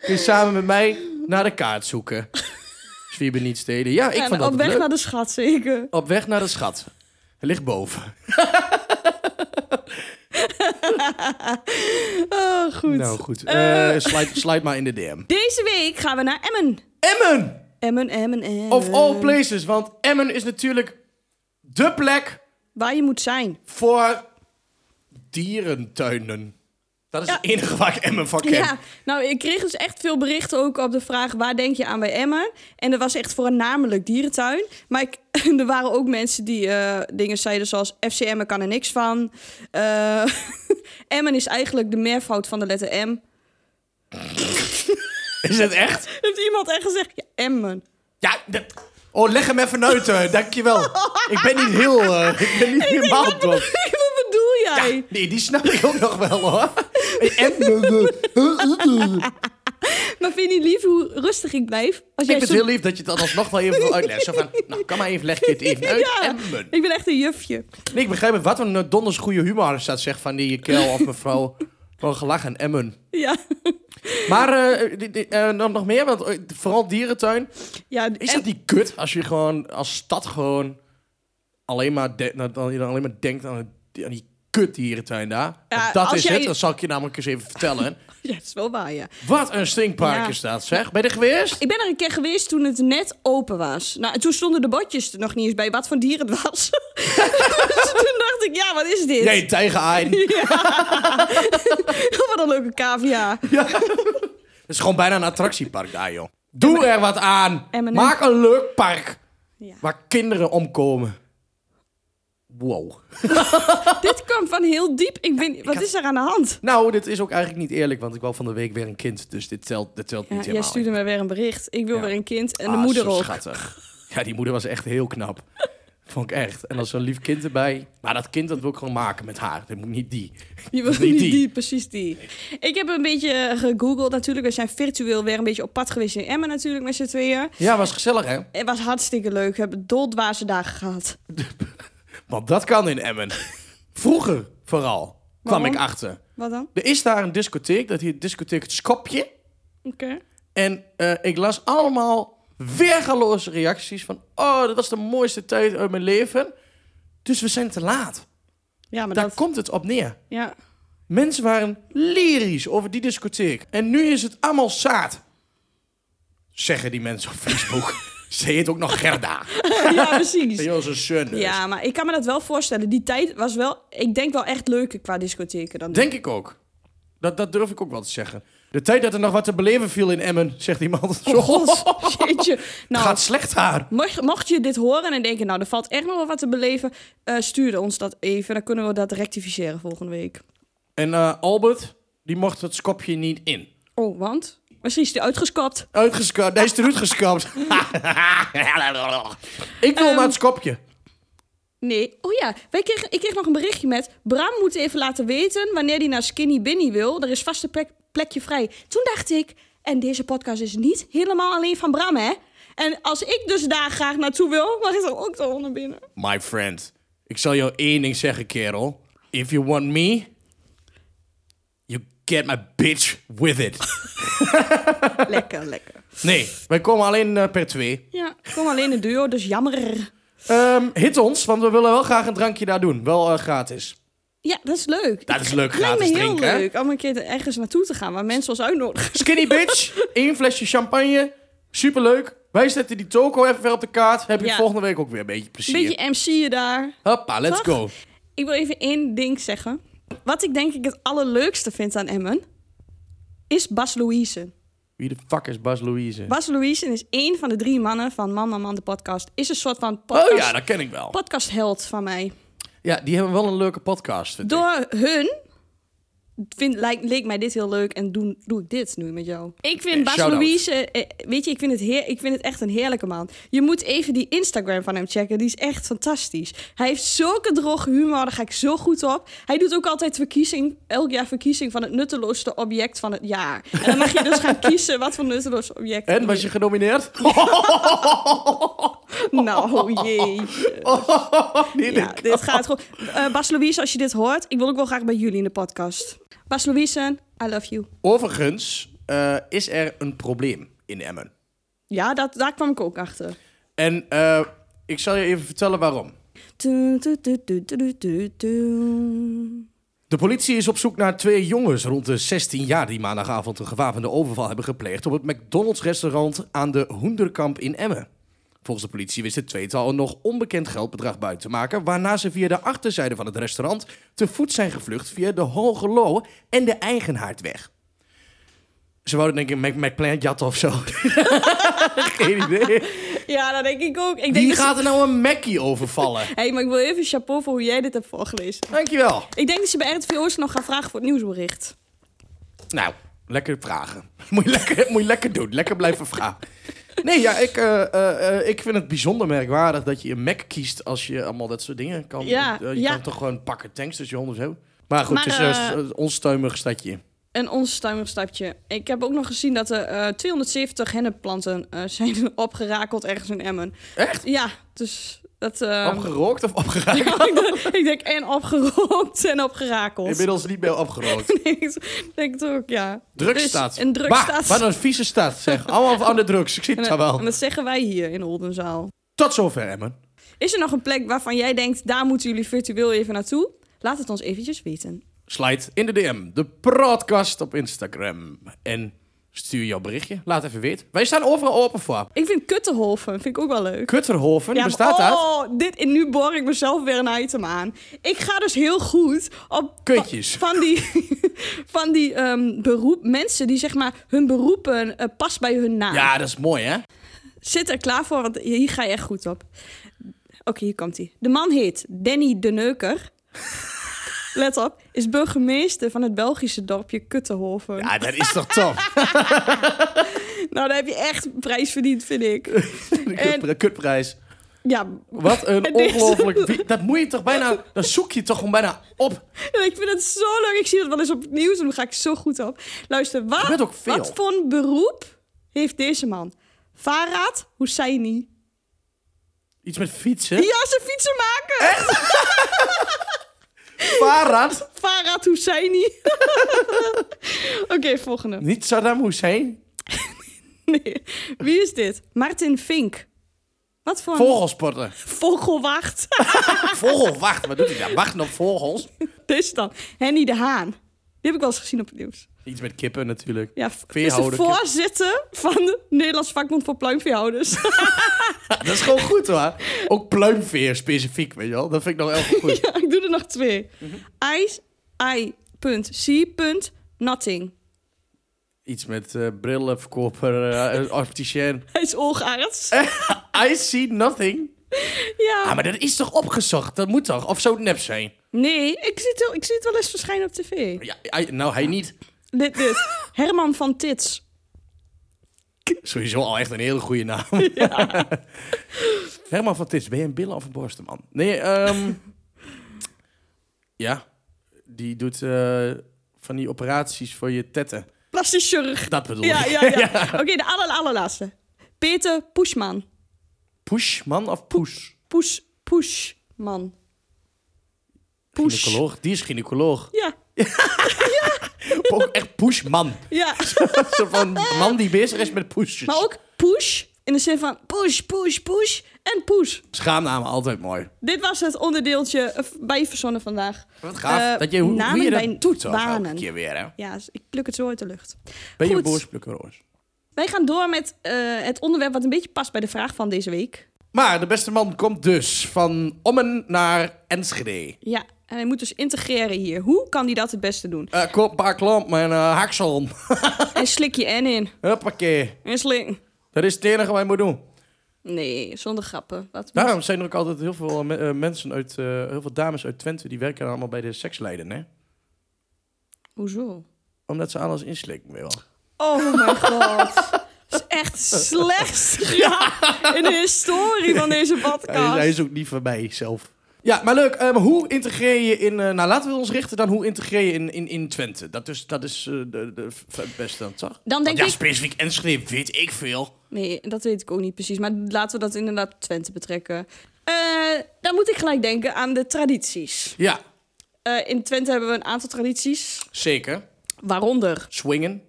Speaker 2: Kun je samen met mij naar de kaart zoeken. Zwieber niet steden. Ja, ik vond
Speaker 1: en
Speaker 2: dat
Speaker 1: op weg
Speaker 2: leuk.
Speaker 1: naar de schat, zeker.
Speaker 2: Op weg naar de schat. Hij ligt boven.
Speaker 1: Oh, goed.
Speaker 2: Nou goed, Eh slide, slide maar in de DM.
Speaker 1: Deze week gaan we naar Emmen.
Speaker 2: Emmen!
Speaker 1: Emmen, Emmen, Emmen.
Speaker 2: Of all places, want Emmen is natuurlijk de plek
Speaker 1: Waar je moet zijn.
Speaker 2: voor dierentuinen. Dat is
Speaker 1: Ja.
Speaker 2: het enige waar ik Emmen van ken.
Speaker 1: Ja, nou, ik kreeg dus echt veel berichten ook op de vraag... waar denk je aan bij Emmen? En dat was echt voor een namelijk dierentuin. Maar ik, er waren ook mensen die eh, dingen zeiden zoals... FC Emmen kan er niks van. Eh, Emmen is eigenlijk de meervoud van de letter M.
Speaker 2: Is het echt?
Speaker 1: Heeft iemand echt gezegd, ja, Emmen.
Speaker 2: Ja, dat- Oh, leg hem even uit, eh, dankjewel. Ik ben niet heel... eh, ik ben niet helemaal dom.
Speaker 1: Wat bedoel jij?
Speaker 2: Ja, nee, die snap ik ook nog wel, hoor. eh. En... Ik
Speaker 1: Maar vind je niet lief hoe rustig ik blijf? Als jij
Speaker 2: vind het
Speaker 1: zo-
Speaker 2: heel lief dat je dat alsnog wel even wil uitleggen. Zo van, nou, kan maar even, leg je het even uit.
Speaker 1: Ja,
Speaker 2: Emmen.
Speaker 1: ik ben echt een jufje.
Speaker 2: Nee, ik begrijp het. Wat een eh, donders goede humor is dat, zeg, van die kerel of mevrouw. Gewoon gelachen, Emmen.
Speaker 1: Ja,
Speaker 2: Maar eh, die- die- eh, dan nog meer, want eh, vooral dierentuin.
Speaker 1: ja
Speaker 2: Is
Speaker 1: en-
Speaker 2: dat niet kut als je gewoon als stad gewoon alleen maar, de- nou, dat je dan alleen maar denkt aan, het- aan die kut dierentuin daar?
Speaker 1: Ja,
Speaker 2: Want dat
Speaker 1: als
Speaker 2: is
Speaker 1: jij-
Speaker 2: het, dat zal ik je namelijk eens even vertellen.
Speaker 1: Ja, dat is wel waar, ja.
Speaker 2: Wat een stinkpark
Speaker 1: Ja.
Speaker 2: is dat, zeg. Ben je er geweest?
Speaker 1: Ik ben er een keer geweest toen het net open was. Nou, en toen stonden de bordjes er nog niet eens bij wat voor dier het was. dus toen dacht ik, ja, wat is dit?
Speaker 2: Nee, tegen aan. Het
Speaker 1: wat een leuke cavia.
Speaker 2: is gewoon bijna een attractiepark daar, joh. Doe er wat aan.
Speaker 1: M&M.
Speaker 2: Maak een leuk park
Speaker 1: Ja.
Speaker 2: waar kinderen omkomen. Wow.
Speaker 1: Dit kwam van heel diep. Ik weet niet, wat
Speaker 2: had-
Speaker 1: is er aan de hand?
Speaker 2: Nou, dit is ook eigenlijk niet eerlijk, want ik wou van de week weer een kind. Dus dit telt, dit telt
Speaker 1: Ja,
Speaker 2: niet
Speaker 1: jij
Speaker 2: helemaal.
Speaker 1: stuurde mij weer een bericht. Ik wil
Speaker 2: Ja.
Speaker 1: weer een kind en
Speaker 2: Ah,
Speaker 1: de moeder
Speaker 2: zo
Speaker 1: ook.
Speaker 2: schattig. Ja, die moeder was echt heel knap. Vond ik echt. En als zo'n lief kind erbij. Maar dat kind, dat wil ik gewoon maken met haar. Dat moet niet die.
Speaker 1: Je wil
Speaker 2: Niet
Speaker 1: niet die.
Speaker 2: die.
Speaker 1: precies die. Ik heb een beetje eh, gegoogeld natuurlijk. We zijn virtueel weer een beetje op pad geweest in Emmen natuurlijk met z'n tweeën.
Speaker 2: Ja, was gezellig, hè?
Speaker 1: Het was hartstikke leuk. We hebben doldwaze dagen gehad.
Speaker 2: Want dat kan in Emmen. Vroeger vooral kwam
Speaker 1: Waarom?
Speaker 2: ik achter.
Speaker 1: Wat dan?
Speaker 2: Er is daar een discotheek, dat heet discotheek Het Skopje.
Speaker 1: Oké.
Speaker 2: En eh, ik las allemaal weergaloze reacties van... Oh, dat was de mooiste tijd uit mijn leven. Dus we zijn te laat.
Speaker 1: Ja, maar
Speaker 2: Daar
Speaker 1: dat...
Speaker 2: komt het op neer.
Speaker 1: Ja.
Speaker 2: Mensen waren lyrisch over die discotheek. En nu is het allemaal zaad. Zeggen die mensen op Facebook. Ze heet ook nog Gerda.
Speaker 1: ja, precies.
Speaker 2: Heel zijn son.
Speaker 1: Ja, maar ik kan me dat wel voorstellen. Die tijd was wel, ik denk wel echt leuker qua discotheken dan
Speaker 2: Denk ik ook. Dat, dat durf ik ook wel te zeggen. De tijd dat er nog wat te beleven viel in Emmen, zegt iemand. Zo,
Speaker 1: Jeetje. Oh, Nou,
Speaker 2: gaat slecht haar.
Speaker 1: mocht, mocht je dit horen en denken, nou, er valt echt nog wel wat te beleven, eh stuur ons dat even. Dan kunnen we dat rectificeren volgende week.
Speaker 2: En eh, Albert, die mocht het skopje niet in.
Speaker 1: Oh, want? Misschien is die uitgeskapt.
Speaker 2: Uitgeskapt. Nee, is eruit geskapt. ik wil
Speaker 1: Ehm.
Speaker 2: naar het skopje.
Speaker 1: Nee. Oh ja, Wij kregen, ik kreeg nog een berichtje met... Bram moet even laten weten wanneer hij naar Skinny Binny wil. Er is vast een plek- plekje vrij. Toen dacht ik, en deze podcast is niet helemaal alleen van Bram, hè? En als ik dus daar graag naartoe wil, mag ik dan ook de naar binnen.
Speaker 2: My friend, ik zal jou één ding zeggen, kerel. If you want me, you get my bitch with it.
Speaker 1: Lekker, lekker.
Speaker 2: Nee, wij komen alleen eh, per twee.
Speaker 1: Ja, kom alleen een duo, dus jammer.
Speaker 2: Ehm, hit ons, want we willen wel graag een drankje daar doen. Wel eh, gratis.
Speaker 1: Ja, dat is leuk.
Speaker 2: Dat is leuk,
Speaker 1: Het lijkt me
Speaker 2: gratis
Speaker 1: heel
Speaker 2: drinken. hè?
Speaker 1: leuk om een keer ergens naartoe te gaan waar mensen ons uitnodigen.
Speaker 2: Skinny bitch, één flesje champagne. Superleuk. Wij zetten die toko even weer op de kaart. Heb je
Speaker 1: Ja.
Speaker 2: volgende week ook weer een beetje plezier.
Speaker 1: Beetje MC'en daar.
Speaker 2: Hoppa, let's
Speaker 1: Toch?
Speaker 2: go.
Speaker 1: Ik wil even één ding zeggen. Wat ik denk ik het allerleukste vind aan Emmen... is Bas Louise.
Speaker 2: Wie de fuck is Bas Louise?
Speaker 1: Bas Louise is één van de drie mannen van Mama Man de podcast. Is een soort van podcast,
Speaker 2: Oh ja, dat ken ik wel.
Speaker 1: podcastheld van mij.
Speaker 2: Ja, die hebben wel een leuke podcast. vind ik.
Speaker 1: Door hun vind, lijkt, leek mij dit heel leuk en doen, doe ik dit nu met jou. Ik vind
Speaker 2: Eh,
Speaker 1: Bas
Speaker 2: shout-out.
Speaker 1: Louise, eh, weet je, ik vind, het heer, ik vind het echt een heerlijke man. Je moet even die Instagram van hem checken, die is echt fantastisch. Hij heeft zulke droge humor, daar ga ik zo goed op. Hij doet ook altijd verkiezing, elk jaar verkiezing van het nutteloosste object van het jaar. En dan mag je dus gaan kiezen wat voor nutteloos object.
Speaker 2: En, was je genomineerd?
Speaker 1: Nou,
Speaker 2: Oh,
Speaker 1: jee.
Speaker 2: Nee,
Speaker 1: Ja, dit gaat gewoon. Eh, Bas Louise, als je dit hoort, ik wil ook wel graag bij jullie in de podcast. Bas Louise, I love you.
Speaker 2: Overigens eh, is er een probleem in Emmen.
Speaker 1: Ja, dat, daar kwam ik ook achter.
Speaker 2: En eh, ik zal je even vertellen waarom.
Speaker 1: Tu, tu, tu, tu, tu, tu, tu.
Speaker 2: De politie is op zoek naar twee jongens rond de 16 jaar die maandagavond een gewapende overval hebben gepleegd op het McDonald's restaurant aan de Hoenderkamp in Emmen. Volgens de politie wist het tweetal een nog onbekend geldbedrag buiten te maken, waarna ze via de achterzijde van het restaurant te voet zijn gevlucht via de Hoge Loo en de Eigenhaardweg. Ze wouden denk ik een Mc- McPlant jat of zo. Geen idee.
Speaker 1: Ja, dat denk ik ook. Ik denk
Speaker 2: Wie
Speaker 1: dat ze-
Speaker 2: gaat er nou een Mackie overvallen?
Speaker 1: Hey, maar ik wil even chapeau voor hoe jij dit hebt voorgelezen.
Speaker 2: Dankjewel.
Speaker 1: Ik denk dat ze bij RTV Oost nog gaan vragen voor het nieuwsbericht.
Speaker 2: Nou, Lekker vragen. moet, je lekker, moet je lekker doen. Lekker blijven vragen. Nee, ja, ik, eh, eh, eh, ik vind het bijzonder merkwaardig dat je een Mac kiest als je allemaal dat soort dingen kan.
Speaker 1: Ja,
Speaker 2: Eh, je
Speaker 1: ja.
Speaker 2: kan toch gewoon pakken tanks tussen je hond of zo. Maar goed,
Speaker 1: Maar,
Speaker 2: het is
Speaker 1: eh,
Speaker 2: eh, een onstuimig stadje.
Speaker 1: Een onstuimig stapje. Ik heb ook nog gezien dat er eh, 270 hennepplanten eh, zijn opgerakeld ergens in Emmen.
Speaker 2: Echt?
Speaker 1: Ja, dus dat... eh,
Speaker 2: Opgerookt of opgeraakt?
Speaker 1: ik denk en opgerookt en opgerakeld.
Speaker 2: Inmiddels niet meer opgerookt.
Speaker 1: ik denk het ook, ja. Dus
Speaker 2: Drugstaat.
Speaker 1: Een drugstaat.
Speaker 2: Bah, wat een vieze stad, zeg. Allemaal aan de drugs. Ik zie het
Speaker 1: en,
Speaker 2: daar
Speaker 1: dat,
Speaker 2: wel.
Speaker 1: en dat zeggen wij hier in Oldenzaal.
Speaker 2: Tot zover, Emmen.
Speaker 1: Is er nog een plek waarvan jij denkt, daar moeten jullie virtueel even naartoe? Laat het ons eventjes weten.
Speaker 2: Slide in de DM. De podcast op Instagram. En stuur jouw berichtje. Laat even weten. Wij staan overal open voor.
Speaker 1: Ik vind Kuttenholven, vind ik ook wel leuk.
Speaker 2: Kutterhoven,
Speaker 1: Ja,
Speaker 2: bestaat
Speaker 1: maar-
Speaker 2: dat?
Speaker 1: Oh, dit, en nu bor ik mezelf weer een item aan. Ik ga dus heel goed op
Speaker 2: Kutjes.
Speaker 1: va- van die, van die ehm, beroep, mensen die zeg maar hun beroepen eh, past bij hun naam.
Speaker 2: Ja, dat is mooi, hè?
Speaker 1: Zit er klaar voor, want hier ga je echt goed op. Oké, hier komt hij. De man heet Danny de Neuker. Let op, is burgemeester van het Belgische dorpje Kuttenhoven.
Speaker 2: Ja, dat is toch tof?
Speaker 1: Nou, daar heb je echt prijs verdiend, vind ik.
Speaker 2: De kutpri- kutprijs.
Speaker 1: Ja,
Speaker 2: Wat een
Speaker 1: En dit-
Speaker 2: ongelooflijk... wie- Dat moet je toch bijna... Dat zoek je toch gewoon bijna op.
Speaker 1: En ik vind het zo leuk. Ik zie dat wel eens op het nieuws en dan ga ik zo goed op. Luister,
Speaker 2: gebeurt
Speaker 1: wat,
Speaker 2: ook veel.
Speaker 1: wat voor een beroep heeft deze man? Farad Husseini.
Speaker 2: Iets met fietsen.
Speaker 1: Ja, ze fietsenmaker!
Speaker 2: Farad.
Speaker 1: Farad Husseini. Oké, volgende.
Speaker 2: Niet Saddam Hussein.
Speaker 1: Nee. Wie is dit? Martin Fink. Wat voor een
Speaker 2: Vogelsporten.
Speaker 1: vogelwacht?
Speaker 2: Vogel, wacht, wat doet hij daar? Wachten op vogels.
Speaker 1: Deze dan. Henny de Haan. Die heb ik wel eens gezien op het nieuws.
Speaker 2: Iets met kippen natuurlijk.
Speaker 1: Ja, v- is de
Speaker 2: Veehouder, kip.
Speaker 1: voorzitter van de Nederlands Vakbond voor Pluimveehouders.
Speaker 2: Dat is gewoon goed hoor. Ook pluimveer specifiek, weet je wel. Dat vind ik nog heel goed.
Speaker 1: Ja, ik doe er nog twee. I, I, punt, C, punt, nothing.
Speaker 2: Iets met eh, brillenverkoper, eh opticien.
Speaker 1: Hij is oogarts.
Speaker 2: I see nothing.
Speaker 1: Ja.
Speaker 2: Eh? Ah, maar dat is toch opgezocht? Dat moet toch? Of zou het nep zijn?
Speaker 1: Nee, ik zie, het, wel- ik zie het wel eens verschijnen op tv.
Speaker 2: Ja, hij- nou, hij niet.
Speaker 1: Dit, dit. Herman van Tits.
Speaker 2: Sowieso al echt een hele goede naam. Herman van Tits, ben je een billen of een borstenman? Nee, ehm... ja, die doet eh, van die operaties voor je tetten.
Speaker 1: Plastisch chirurg.
Speaker 2: Dat bedoel
Speaker 1: Ja,
Speaker 2: ik.
Speaker 1: ja, ja. Oké, de aller, allerlaatste. Peter Pushman.
Speaker 2: Pushman of Poes?
Speaker 1: Push, Pushman. Push.
Speaker 2: Gynaecoloog. Die is gynaecoloog.
Speaker 1: Ja,
Speaker 2: Ook echt pushman.
Speaker 1: ja.
Speaker 2: Een soort van man die bezig is met pushes.
Speaker 1: Maar ook push in de zin van push, push, push en push.
Speaker 2: Schaamnamen, altijd mooi.
Speaker 1: Dit was het onderdeeltje eh, bij je verzonnen vandaag.
Speaker 2: Wat gaaf.
Speaker 1: Eh,
Speaker 2: dat je, hoe, hoe
Speaker 1: namen
Speaker 2: je
Speaker 1: bij
Speaker 2: dat doet zo elke
Speaker 1: banen.
Speaker 2: keer weer, hè?
Speaker 1: Ja, ik pluk het zo uit de lucht.
Speaker 2: Ben je
Speaker 1: Goed.
Speaker 2: een boersplukker, Roos?
Speaker 1: Wij gaan door met eh, het onderwerp wat een beetje past bij de vraag van deze week.
Speaker 2: Maar de beste man komt dus van Ommen naar Enschede.
Speaker 1: Ja, en hij moet dus integreren hier. Hoe kan hij dat het beste doen?
Speaker 2: Eh koop een paar klamp en eh haksel.
Speaker 1: En slik je N in.
Speaker 2: Hoppakee.
Speaker 1: En sling.
Speaker 2: Dat is het enige wat je moet doen.
Speaker 1: Nee, zonder grappen. Wat
Speaker 2: Daarom zijn er ook altijd heel veel eh, me- eh, mensen uit, eh, heel veel dames uit Twente, die werken allemaal bij de seksleiden, hè?
Speaker 1: Hoezo?
Speaker 2: Omdat ze alles inslikken, weet je wel.
Speaker 1: Oh mijn god. Dat is echt slecht in de historie van deze
Speaker 2: Hij is,
Speaker 1: podcast.
Speaker 2: hij is ook niet van mij zelf. Ja, maar leuk. eh, maar hoe integreer je in... eh, nou, laten we ons richten dan hoe integreer je in, in, in Twente. Dat is, dat is eh, de, de v- het beste dan, toch?
Speaker 1: Dan denk
Speaker 2: Want ja,
Speaker 1: ik-
Speaker 2: specifiek Enschede weet ik veel.
Speaker 1: Nee, dat weet ik ook niet precies. Maar laten we dat inderdaad Twente betrekken. Eh, dan moet ik gelijk denken aan de tradities.
Speaker 2: Ja,
Speaker 1: Eh, in Twente hebben we een aantal tradities.
Speaker 2: zeker.
Speaker 1: Waaronder,
Speaker 2: Swingen.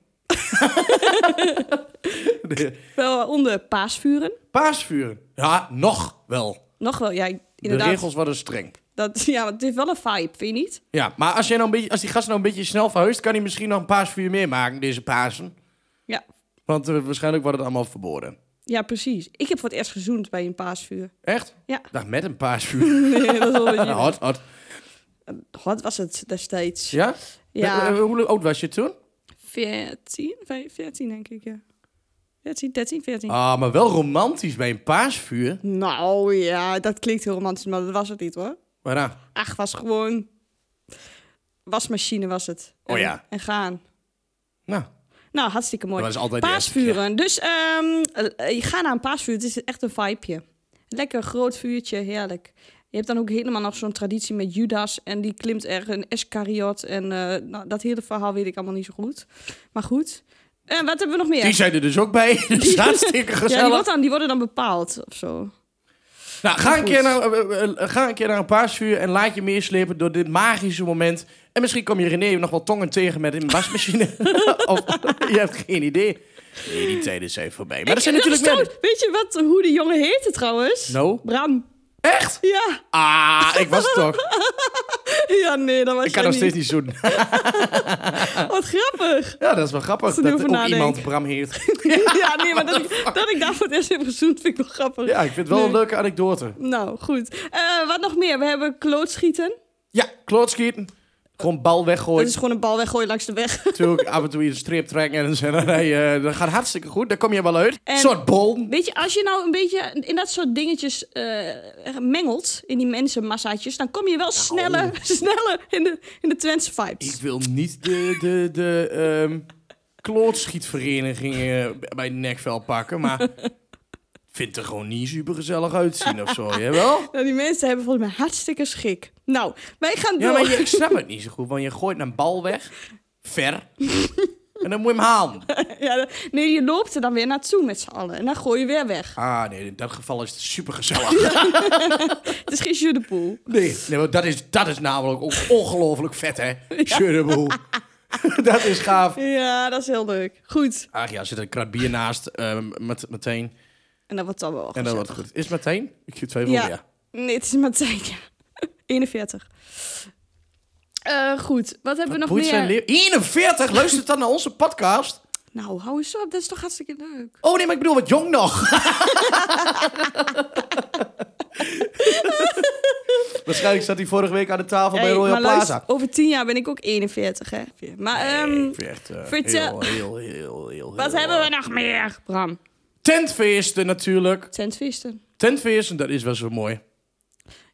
Speaker 2: De
Speaker 1: waaronder paasvuren.
Speaker 2: paasvuur. Ja, nog wel.
Speaker 1: Nog wel, ja,
Speaker 2: De
Speaker 1: inderdaad.
Speaker 2: regels waren streng.
Speaker 1: Dat, ja, want het heeft wel een vibe, vind je niet?
Speaker 2: Ja, maar als, jij nou een beetje, als die gast nou een beetje snel verhuist... kan hij misschien nog een paasvuur meer maken, deze Pasen.
Speaker 1: Ja.
Speaker 2: Want eh, waarschijnlijk wordt het allemaal verboden.
Speaker 1: ja, precies. Ik heb voor het eerst gezoend bij een paasvuur.
Speaker 2: Echt?
Speaker 1: Ja.
Speaker 2: Dag, met een paasvuur.
Speaker 1: Nee, dat is wel wat je-
Speaker 2: hot, hot.
Speaker 1: Wat was het destijds?
Speaker 2: Ja?
Speaker 1: Ja.
Speaker 2: Eh, eh, hoe oud was je toen?
Speaker 1: 14, vijf- 14 denk ik, ja. 14, 13, 14.
Speaker 2: Ah, maar wel romantisch bij een paasvuur.
Speaker 1: Oh. Nou ja, dat klinkt heel romantisch, maar dat was het niet hoor.
Speaker 2: Maar nou,
Speaker 1: Ach, was gewoon... Wasmachine was het.
Speaker 2: Oh
Speaker 1: En-
Speaker 2: ja.
Speaker 1: En gaan.
Speaker 2: nou,
Speaker 1: Nou, hartstikke mooi.
Speaker 2: Dat is altijd de eerste
Speaker 1: paasvuren. Dus ehm, eh, je gaat naar een paasvuur. Het is echt een vibeje. Lekker groot vuurtje, heerlijk. Je hebt dan ook helemaal nog zo'n traditie met Judas. En die klimt erg een Escariot. En eh, nou, dat hele verhaal weet ik allemaal niet zo goed. Maar goed. En wat hebben we nog meer?
Speaker 2: Die zijn er dus ook bij. Dat is hartstikke
Speaker 1: ja, die,
Speaker 2: gezellig.
Speaker 1: wordt dan, die worden dan bepaald of zo.
Speaker 2: nou, ga, een
Speaker 1: goed.
Speaker 2: keer naar, eh, eh, eh, ga een keer naar een paasvuur en laat je meeslepen door dit magische moment. En misschien kom je René nog wel tongen tegen met een wasmachine. of je hebt geen idee. Nee, die tijden zijn voorbij. Maar er zijn
Speaker 1: Ik- dat
Speaker 2: natuurlijk Nou.
Speaker 1: is
Speaker 2: meer.
Speaker 1: trouwens- Weet je wat, hoe die jongen heette trouwens?
Speaker 2: No?
Speaker 1: Bram.
Speaker 2: Echt?
Speaker 1: Ja.
Speaker 2: Ah, ik was het toch.
Speaker 1: Ja, nee, dat was
Speaker 2: Ik kan nog steeds niet zoenen.
Speaker 1: Wat grappig.
Speaker 2: Ja, dat is wel grappig.
Speaker 1: er nu
Speaker 2: Dat ook
Speaker 1: over nadenk.
Speaker 2: iemand Bram heet.
Speaker 1: ja, nee, maar dat, ik- dat ik daarvoor het eerst heb gezoend vind ik wel grappig.
Speaker 2: Ja, ik vind het wel een leuke anekdote.
Speaker 1: Nou, goed. Eh, wat nog meer? We hebben klootschieten.
Speaker 2: Ja, klootschieten. Gewoon bal
Speaker 1: Dat
Speaker 2: weggooien.
Speaker 1: is gewoon een bal weggooien langs de weg.
Speaker 2: Natuurlijk af en toe je een strip trekken en dan rijden. eh, dat gaat hartstikke goed. Daar kom je wel uit.
Speaker 1: En-
Speaker 2: Een soort bol.
Speaker 1: Weet je, als je nou een beetje in dat soort dingetjes eh, mengelt, in die mensenmassaatjes, dan kom je wel sneller, sneller in de, in de Twentse vibes.
Speaker 2: oh. Ik wil niet de, de, de ehm, klootschietvereniging eh, bij de nekvel pakken, maar... Vindt er gewoon niet super gezellig uitzien of zo, jij wel?
Speaker 1: Nou, die mensen hebben volgens mij hartstikke schik. Nou, wij gaan
Speaker 2: Ja,
Speaker 1: door.
Speaker 2: maar je, ik snap het niet zo goed, want je gooit een bal weg, ver, en dan moet je hem halen.
Speaker 1: Ja, nee, je loopt er dan weer naartoe met z'n allen. En dan gooi je weer weg.
Speaker 2: Ah, nee, in dat geval is het super gezellig.
Speaker 1: Het is geen jeu de poule.
Speaker 2: Nee, nee want dat, is, dat is namelijk ook ongelooflijk vet, hè? Shuddable. dat is gaaf.
Speaker 1: Ja, dat is heel leuk. Goed.
Speaker 2: Ach ja, er zit een krat bier naast eh, met, meteen.
Speaker 1: En dat wordt dan wel
Speaker 2: En
Speaker 1: gezellig.
Speaker 2: dat wordt goed. Is het meteen? Ik zie twee van
Speaker 1: Ja.
Speaker 2: ja.
Speaker 1: Nee, het is Martijn, ja. 41. Eh, goed, wat hebben we nog
Speaker 2: Boeit
Speaker 1: meer?
Speaker 2: zijn leer- 41? Luistert dan naar onze podcast?
Speaker 1: nou, hou eens op, dat is toch hartstikke leuk.
Speaker 2: Oh nee, maar ik bedoel, wat jong nog. Waarschijnlijk zat hij vorige week aan de tafel bij
Speaker 1: Hey,
Speaker 2: Royal
Speaker 1: maar luister,
Speaker 2: Plaza.
Speaker 1: over 10 jaar ben ik ook 41, hè. Maar ehm,
Speaker 2: Nee, ik vind echt, eh,
Speaker 1: vertel-
Speaker 2: heel, heel, heel, heel,
Speaker 1: wat
Speaker 2: heel-
Speaker 1: hebben we nou- nog meer, Bram?
Speaker 2: Tentfeesten natuurlijk.
Speaker 1: Tentfeesten.
Speaker 2: Tentfeesten, dat is wel zo mooi.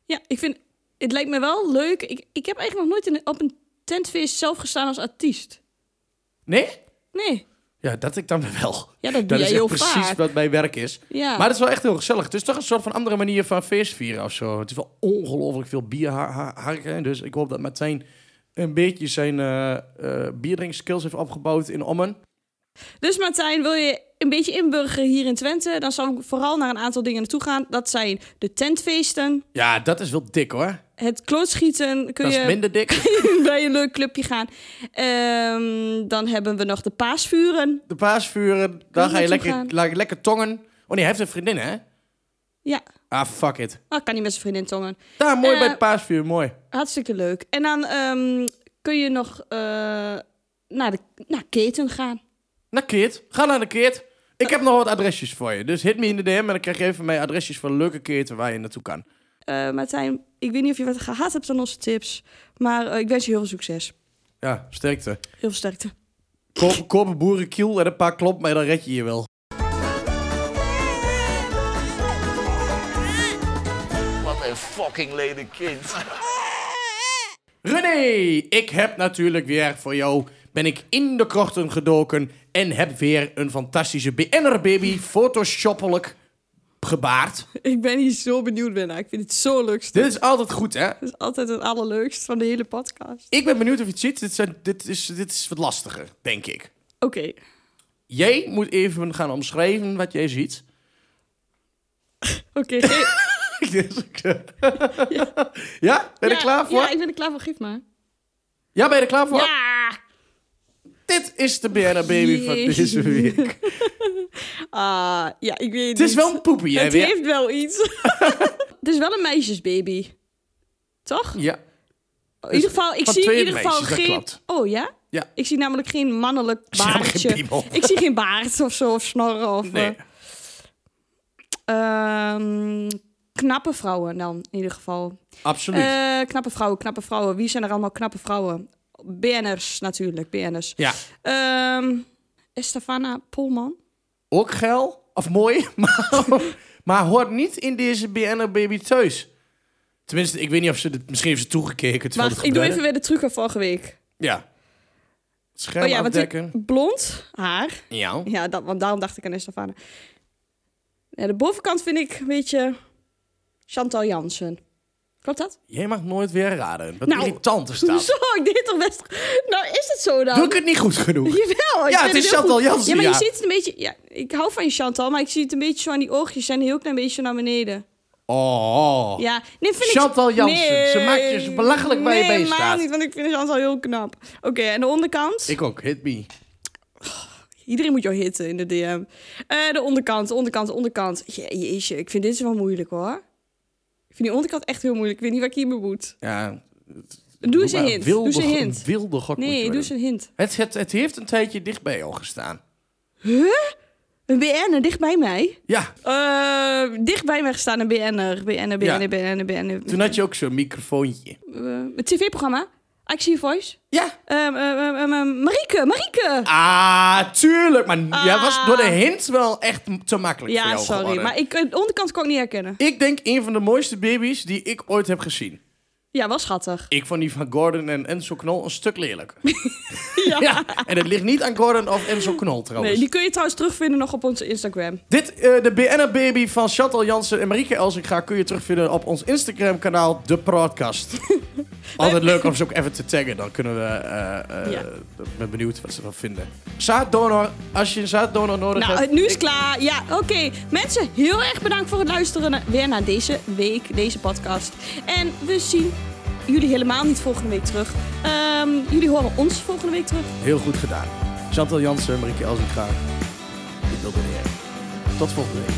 Speaker 1: Ja, ik vind... Het lijkt me wel leuk. Ik, ik heb eigenlijk nog nooit in, op een tentfeest zelf gestaan als artiest.
Speaker 2: Nee?
Speaker 1: Nee.
Speaker 2: Ja, dat ik dan wel.
Speaker 1: Ja, dat doe jij
Speaker 2: Dat is echt
Speaker 1: heel
Speaker 2: precies
Speaker 1: vaak.
Speaker 2: wat mijn werk is.
Speaker 1: Ja.
Speaker 2: Maar het is wel echt heel gezellig. Het is toch een soort van andere manier van feest vieren of zo. Het is wel ongelooflijk veel bier ha- ha- harken. Dus ik hoop dat Martijn een beetje zijn eh eh, bierdrinkskills heeft opgebouwd in Ommen.
Speaker 1: Dus Martijn, wil je een beetje inburgeren hier in Twente... dan zou ik vooral naar een aantal dingen naartoe gaan. Dat zijn de tentfeesten,
Speaker 2: Ja, dat is wel dik hoor.
Speaker 1: het klootschieten... Kun
Speaker 2: Dat is
Speaker 1: je
Speaker 2: minder dik.
Speaker 1: bij een leuk clubje gaan. Ehm, dan hebben we nog de paasvuren.
Speaker 2: De paasvuren,
Speaker 1: naartoe
Speaker 2: daar ga je lekker,
Speaker 1: gaan?
Speaker 2: la- lekker tongen. Oh nee, hij heeft een vriendin hè?
Speaker 1: Ja,
Speaker 2: Ah, fuck it.
Speaker 1: oh, ik kan niet met zijn vriendin tongen.
Speaker 2: Daar, mooi
Speaker 1: Eh,
Speaker 2: bij het paasvuur, mooi.
Speaker 1: Hartstikke leuk. En dan ehm, kun je nog eh, naar, de, naar keten gaan.
Speaker 2: Naar Keert. Ga naar de Keert. Ik heb nog wat adresjes voor je. Dus hit me in de DM en dan krijg je even mijn adresjes van leuke keerten waar je naartoe kan.
Speaker 1: Eh, Martijn, ik weet niet of je wat gehad hebt aan onze tips. Maar eh, ik wens je heel veel succes.
Speaker 2: Ja, sterkte.
Speaker 1: Heel veel sterkte.
Speaker 2: Koop, koop een boerenkiel en een paar klop, maar dan red je je wel.
Speaker 5: Wat een fucking lelijk kind.
Speaker 2: René, ik heb natuurlijk weer voor jou... ben ik in de krochten gedoken... en heb weer een fantastische BNR-baby... photoshoppelijk gebaard.
Speaker 1: Ik ben hier zo benieuwd naar. Ik vind het zo leuk.
Speaker 2: Dit is altijd goed, hè?
Speaker 1: Dat is altijd het allerleukst van de hele podcast.
Speaker 2: Ik ben benieuwd of je het ziet. Dit, zijn, dit, is, dit is wat lastiger, denk ik.
Speaker 1: Oké.
Speaker 2: Jij moet even gaan omschrijven wat jij ziet.
Speaker 1: Oké. Geef-
Speaker 2: Dus ik, eh, ja, ben je er
Speaker 1: Ja,
Speaker 2: klaar voor?
Speaker 1: Ja,
Speaker 2: Ja,
Speaker 1: ik ben er klaar voor. Geef maar.
Speaker 2: ben je er klaar voor?
Speaker 1: Ja!
Speaker 2: Dit is de BNR Baby van deze week.
Speaker 1: Ah, ja, ik weet
Speaker 2: Het is wel een poepie, jij
Speaker 1: Het
Speaker 2: weer.
Speaker 1: heeft wel iets. het is wel een meisjesbaby. Toch?
Speaker 2: Ja.
Speaker 1: in ieder geval, ik
Speaker 2: van
Speaker 1: zie in
Speaker 2: twee
Speaker 1: ieder geval
Speaker 2: meisjes, dat
Speaker 1: geen...
Speaker 2: klopt.
Speaker 1: Oh ja?
Speaker 2: Ja.
Speaker 1: Ik zie namelijk geen mannelijk
Speaker 2: zie helemaal
Speaker 1: baardje.
Speaker 2: geen piemel.
Speaker 1: ik zie geen baard of zo, of snorren. Of,
Speaker 2: Nee.
Speaker 1: eh, ehm, knappe vrouwen dan, in ieder geval.
Speaker 2: Absoluut.
Speaker 1: Eh, knappe vrouwen, knappe vrouwen. Wie zijn er allemaal knappe vrouwen? BN'ers natuurlijk, BN'ers.
Speaker 2: ja.
Speaker 1: Ehm, Estefana Polman.
Speaker 2: Ook geil. Of mooi. Maar, maar hoort niet in deze BNR Baby thuis. Tenminste, ik weet niet of ze... dit- misschien heeft ze toegekeken. terwijl
Speaker 1: Wacht,
Speaker 2: het
Speaker 1: ik doe even
Speaker 2: gebeurde.
Speaker 1: weer de truc van vorige week.
Speaker 2: Ja. Het scherm
Speaker 1: Oh ja, want die-
Speaker 2: afdekken.
Speaker 1: blond haar.
Speaker 2: Ja.
Speaker 1: Ja, dat, want daarom dacht ik aan Estefane. Ja, de bovenkant vind ik een beetje Chantal Jansen. Klopt dat?
Speaker 2: Jij mag nooit weer raden. Wat
Speaker 1: Nou,
Speaker 2: irritant is dat.
Speaker 1: Hoezo? Ik deed het toch best... Nou, is het zo dan?
Speaker 2: Doe ik het niet goed genoeg?
Speaker 1: Jawel, ik
Speaker 2: Ja,
Speaker 1: vind
Speaker 2: het is
Speaker 1: heel
Speaker 2: Chantal
Speaker 1: goed.
Speaker 2: Jansen,
Speaker 1: Ja, maar
Speaker 2: ja.
Speaker 1: je ziet het een beetje... Ja, ik hou van je Chantal, maar ik zie het een beetje zo aan die oogjes en een heel klein beetje naar beneden.
Speaker 2: Oh.
Speaker 1: Ja, nee, vind
Speaker 2: Chantal
Speaker 1: ik...
Speaker 2: Jansen, ze maakt je dus belachelijk waar je
Speaker 1: nee,
Speaker 2: bij
Speaker 1: helemaal
Speaker 2: staat.
Speaker 1: niet, want ik vind Chantal heel knap. Oké, en de onderkant?
Speaker 2: Ik ook, hit me.
Speaker 1: Iedereen moet jou hitten in de DM. Eh, de onderkant, de onderkant, de onderkant. Je, jeetje, ik vind dit wel moeilijk hoor. Ik vind die onderkant echt heel moeilijk. Ik weet niet waar ik hiermee moet.
Speaker 2: Ja,
Speaker 1: Doe eens een
Speaker 2: maar
Speaker 1: hint.
Speaker 2: wilde
Speaker 1: Doe eens een
Speaker 2: go-
Speaker 1: hint.
Speaker 2: wilde gok moet je
Speaker 1: Nee,
Speaker 2: wel
Speaker 1: doe eens
Speaker 2: doen.
Speaker 1: een hint.
Speaker 2: het, het, het heeft een tijdje dicht bij jou gestaan.
Speaker 1: Een BN'er dicht bij mij?
Speaker 2: Ja,
Speaker 1: Eh, dicht bij mij gestaan een BN'er. BN'er,
Speaker 2: Ja.
Speaker 1: BN'er, BN'er, BN'er.
Speaker 2: toen had je ook zo'n microfoontje.
Speaker 1: Eh, het tv-programma. Actie Voice.
Speaker 2: Ja.
Speaker 1: Ehm, ehm, ehm, ehm, ehm, Marieke, Marieke!
Speaker 2: Ah, tuurlijk. Maar jij was
Speaker 1: Ah.
Speaker 2: door de hint wel echt m- te makkelijk voor
Speaker 1: ja,
Speaker 2: jou
Speaker 1: sorry.
Speaker 2: geworden.
Speaker 1: Maar ik, eh, de onderkant kon ik niet herkennen.
Speaker 2: Ik denk een van de mooiste baby's die ik ooit heb gezien.
Speaker 1: Ja, was schattig.
Speaker 2: Ik vond die van Gordon en Enzo Knol een stuk lelijker.
Speaker 1: Ja.
Speaker 2: Ja, en het ligt niet aan Gordon of Enzo Knol trouwens.
Speaker 1: Nee, die kun je trouwens terugvinden nog op onze Instagram.
Speaker 2: Dit, eh, de BNR Baby van Chantal Jansen en Marieke Elsinga kun je terugvinden op ons Instagram kanaal, De Podcast. Altijd leuk om ze ook even te taggen, dan kunnen we, eh eh
Speaker 1: Ja.
Speaker 2: ik ben benieuwd wat ze ervan vinden. Zaaddonor, als je een zaaddonor nodig
Speaker 1: Nou,
Speaker 2: hebt.
Speaker 1: het nu is
Speaker 2: ik-
Speaker 1: klaar. Ja, oké. Mensen, heel erg bedankt voor het luisteren naar- weer naar deze week, deze podcast. En we zien jullie helemaal niet volgende week terug. Ehm, jullie horen ons volgende week terug.
Speaker 2: Heel goed gedaan. Chantal Jansen en Marieke Elsinga, ik wil er niet heen. Tot volgende week.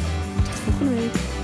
Speaker 1: Volgende week.